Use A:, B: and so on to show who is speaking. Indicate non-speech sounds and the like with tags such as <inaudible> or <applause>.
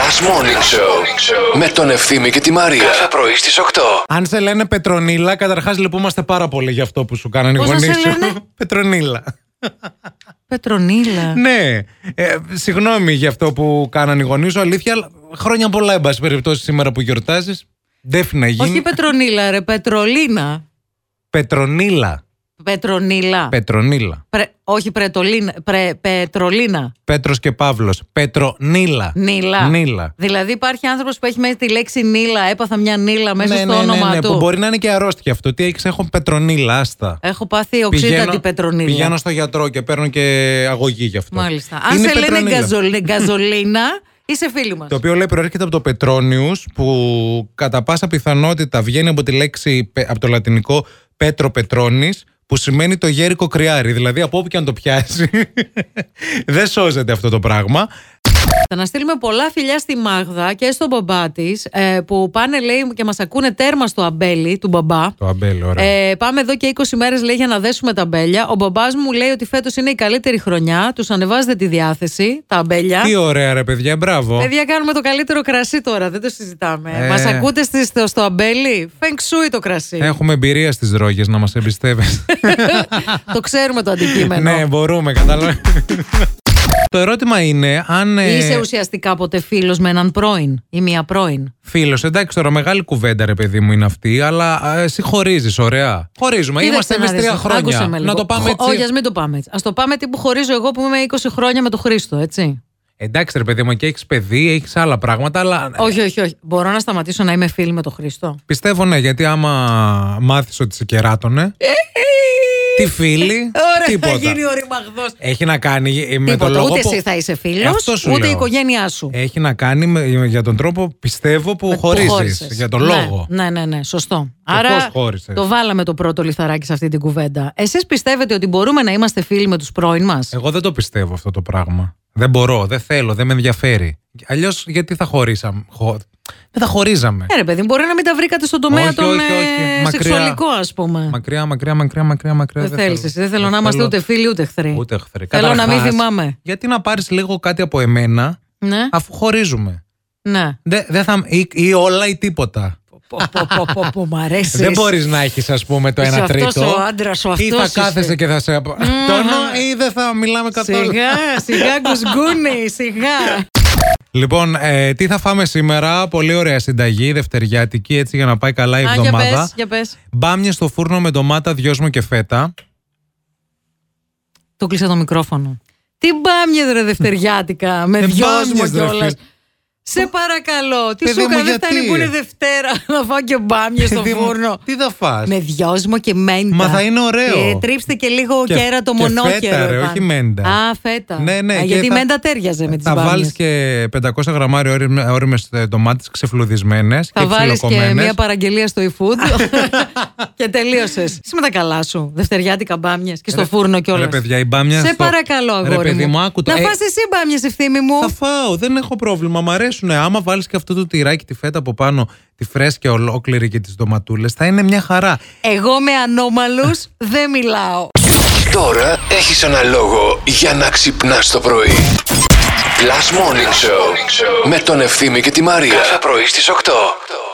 A: Last Morning Show με τον Ευθύμη και τη Μαρία. Κάθε πρωί στις 8.
B: Αν σε λένε Πετρονίλα, καταρχάς λυπούμαστε πάρα πολύ για αυτό που σου κάνανε οι
C: Πώς να
B: γονείς
C: σε λένε?
B: σου. <laughs> Πετρονίλα.
C: Πετρονίλα.
B: ναι. Ε, συγγνώμη για αυτό που κάνανε οι γονείς σου. Αλήθεια, αλλά χρόνια πολλά, εν πάση περιπτώσει, σήμερα που γιορτάζεις. Δεν φύγει να γίνει.
C: Όχι Πετρονίλα, ρε. Πετρολίνα.
B: Πετρονίλα.
C: Πετρονίλα.
B: Πετρονίλα.
C: Πρε- όχι Πρετολίνα. Πρε- Πετρολίνα.
B: Πέτρος και Παύλος. Πετρονίλα.
C: Νίλα.
B: Νίλα.
C: Δηλαδή υπάρχει άνθρωπος που έχει μέσα τη λέξη Νίλα. Έπαθα μια Νίλα μέσα
B: ναι,
C: στο
B: ναι, ναι,
C: όνομα
B: ναι,
C: του.
B: Που μπορεί να είναι και αρρώστια αυτό. Τι έχεις, έχω πετρονίλα, άστα.
C: Έχω πάθει οξύτατη Πετρονίλα.
B: πηγαίνω στο γιατρό και παίρνω και αγωγή γι' αυτό.
C: Μάλιστα. Αν
B: Είναι
C: σε λένε
B: πετρονίλα. <laughs>
C: γκαζολ- γκαζολίνα, είσαι φίλη μας.
B: Το οποίο λέει προέρχεται από το πετρόνιους που κατά πάσα πιθανότητα βγαίνει από τη λέξη, πε- από το λατινικό πέτρο πετρόνης που σημαίνει το γέρικο κρυάρι. Δηλαδή από όπου και αν το πιάσει <laughs> δεν σώζεται αυτό το πράγμα.
C: Θα να στείλουμε πολλά φιλιά στη Μάγδα και στον μπαμπά της που πάνε λέει και μας ακούνε τέρμα στο αμπέλι του μπαμπά.
B: Το αμπέλι, ωραία.
C: Ε, πάμε εδώ και 20 μέρες λέει για να δέσουμε τα αμπέλια. Ο μπαμπάς μου λέει ότι φέτος είναι η καλύτερη χρονιά. Τους ανεβάζετε τη διάθεση, τα αμπέλια.
B: Τι ωραία ρε παιδιά, μπράβο.
C: Παιδιά, κάνουμε το καλύτερο κρασί τώρα, δεν το συζητάμε.
B: Ε.
C: Μας Μα ακούτε στη- στο, στο αμπέλι, φεγγσούι το κρασί.
B: Έχουμε εμπειρία στις ρόγες να μας εμπιστεύεσαι.
C: το ξέρουμε το αντικείμενο.
B: ναι, μπορούμε,
C: <laughs>
B: κατάλαβα. το ερώτημα είναι αν... ε,
C: Είσαι ουσιαστικά ποτέ φίλος με έναν πρώην ή μία πρώην.
B: Φίλος, εντάξει, τώρα μεγάλη κουβέντα ρε παιδί μου είναι αυτή, αλλά ε, εσύ χωρίζεις, ωραία. Χωρίζουμε, είμαστε
C: Κοίταξε να
B: εμεί
C: δεις.
B: τρία
C: Άκουσε
B: χρόνια.
C: με λίγο.
B: να το πάμε
C: Χω-
B: έτσι.
C: Όχι, ας μην το πάμε έτσι. Ας το πάμε τι που χωρίζω εγώ που είμαι 20 χρόνια με τον Χρήστο, έτσι.
B: Εντάξει, ρε παιδί μου, και έχεις παιδί, έχεις άλλα πράγματα, αλλά. ε,
C: Όχι, όχι, όχι. Μπορώ να σταματήσω να είμαι φίλη με τον Χρήστο.
B: Πιστεύω ναι, γιατί άμα μάθεις ότι σε κεράτωνε. τι φίλοι.
C: <laughs> Ωραία,
B: τίποτα.
C: θα γίνει ο ρημαγδός.
B: Έχει να κάνει ε, με
C: Τίποτα.
B: τον λόγο.
C: Ούτε
B: που-
C: εσύ θα είσαι
B: Ε,
C: φίλο,
B: αυτό σου
C: ούτε
B: λέω.
C: η οικογένειά σου.
B: Έχει να κάνει με- για τον τρόπο, πιστεύω, που
C: Με-
B: χωρίζει.
C: χώρισες.
B: Ε, Για τον
C: Ναι,
B: λόγο.
C: Ναι, ναι, ναι, σωστό.
B: Και πώς
C: Άρα
B: χώρισες.
C: το βάλαμε το πρώτο λιθαράκι σε αυτή την κουβέντα. Εσείς πιστεύετε ότι μπορούμε να είμαστε φίλοι με τους πρώην μας.
B: Εγώ δεν το πιστεύω αυτό το πράγμα. Δεν μπορώ, δεν θέλω, δεν με ενδιαφέρει. Αλλιώς γιατί θα χωρίσαμε. Χω... Δεν θα χωρίζαμε.
C: Ε, ρε παιδί, μπορεί να μην τα βρήκατε στον τομέα
B: Όχι,
C: τον
B: όχι,
C: ε,
B: όχι. Μακριά.
C: σεξουαλικό, ας πούμε.
B: Μακριά, μακριά, μακριά, μακριά, μακριά.
C: Δεν θέλει εσύ. Δεν θέλω να είμαστε
B: θέλω-
C: ούτε φίλοι ούτε εχθροί.
B: Ούτε εχθροί.
C: Θέλω να μην
B: Καταρχάς,
C: θυμάμαι.
B: Γιατί να πάρεις λίγο κάτι από εμένα,
C: Ναι.
B: αφού χωρίζουμε.
C: Ναι.
B: Δε, δεν θα, ή, ή όλα ή τίποτα.
C: Πω, πω, πω, πω, πω, Μ' αρέσεις.
B: Δεν μπορείς να έχεις, ας πούμε, το
C: Είσαι
B: ένα
C: αυτός
B: τρίτο.
C: ο άντρας, ο
B: Ή θα
C: αυτός
B: κάθεσαι
C: είσαι.
B: και θα σε απατώνω, ή δεν θα μιλάμε καθόλου.
C: Σιγά, σιγά, κουσκούνι, σιγά.
B: Λοιπόν, ε, τι θα φάμε σήμερα. Πολύ ωραία συνταγή, δευτεριάτικη, έτσι για να πάει καλά η
C: Α, για
B: εβδομάδα.
C: πες, για πες.
B: Μπάμια στο φούρνο με ντομάτα, δυόσμο και φέτα.
C: Το κλείσα το μικρόφωνο. Τι μπάμιες ρε δευτεριάτικα με
B: Ε,
C: δυόσμο
B: μπάμιες, ρε,
C: κιόλας.
B: φίλε.
C: Σε παρακαλώ, τι
B: Παιδί
C: σου έκανα,
B: μου,
C: δεν
B: γιατί?
C: φτάνει που είναι Δευτέρα <laughs> να φάω και μπάμιες στο
B: Παιδί μου,
C: φούρνο.
B: Τι θα φας.
C: Με δυόσμο και μέντα.
B: Μα θα είναι ωραίο.
C: Ε, τρίψτε και λίγο
B: Και-
C: κέρατο
B: και φέτα,
C: μονόκερο.
B: ρε,
C: επάνω.
B: όχι μέντα.
C: Α, φέτα.
B: Ναι, ναι,
C: Α,
B: και
C: γιατί η
B: θα-
C: μέντα τέριαζε με τις
B: Θα βάλει
C: μπάμιες.
B: και 500 γραμμάρια όριμε- όριμες ε, ντομάτες ξεφλουδισμένες
C: Θα
B: και
C: βάλεις και
B: ξυλοκομμένες.
C: μία παραγγελία στο e-food
B: <laughs>
C: και τελείωσες. Είσαι με τα καλά σου. Δευτεριάτικα μπάμιες και στο φούρνο κιόλας.
B: Ρε παιδιά, η μπάμια
C: Σε
B: στο-
C: παρακαλώ,
B: Ρε
C: αγόρι.
B: παιδί μου, άκου το.
C: Να
B: Ε,
C: φας εσύ μπάμιες, ευθύμη μου.
B: Θα φάω, δεν έχω πρόβλημα. Μ' αρέσουν. Ε, Άμα βάλεις και αυτό το τυράκι, τη φέτα από πάνω, τη φρέσκια ολόκληρη και τις ντοματούλες θα είναι μια χαρά.
C: Εγώ με ανώμαλους δεν μιλάω.
A: Τώρα έχεις ένα λόγο για να ξυπνάς το πρωί. Last Morning Show με τον Ευθύμη και τη Μαρία. Κάθε πρωί στις 8.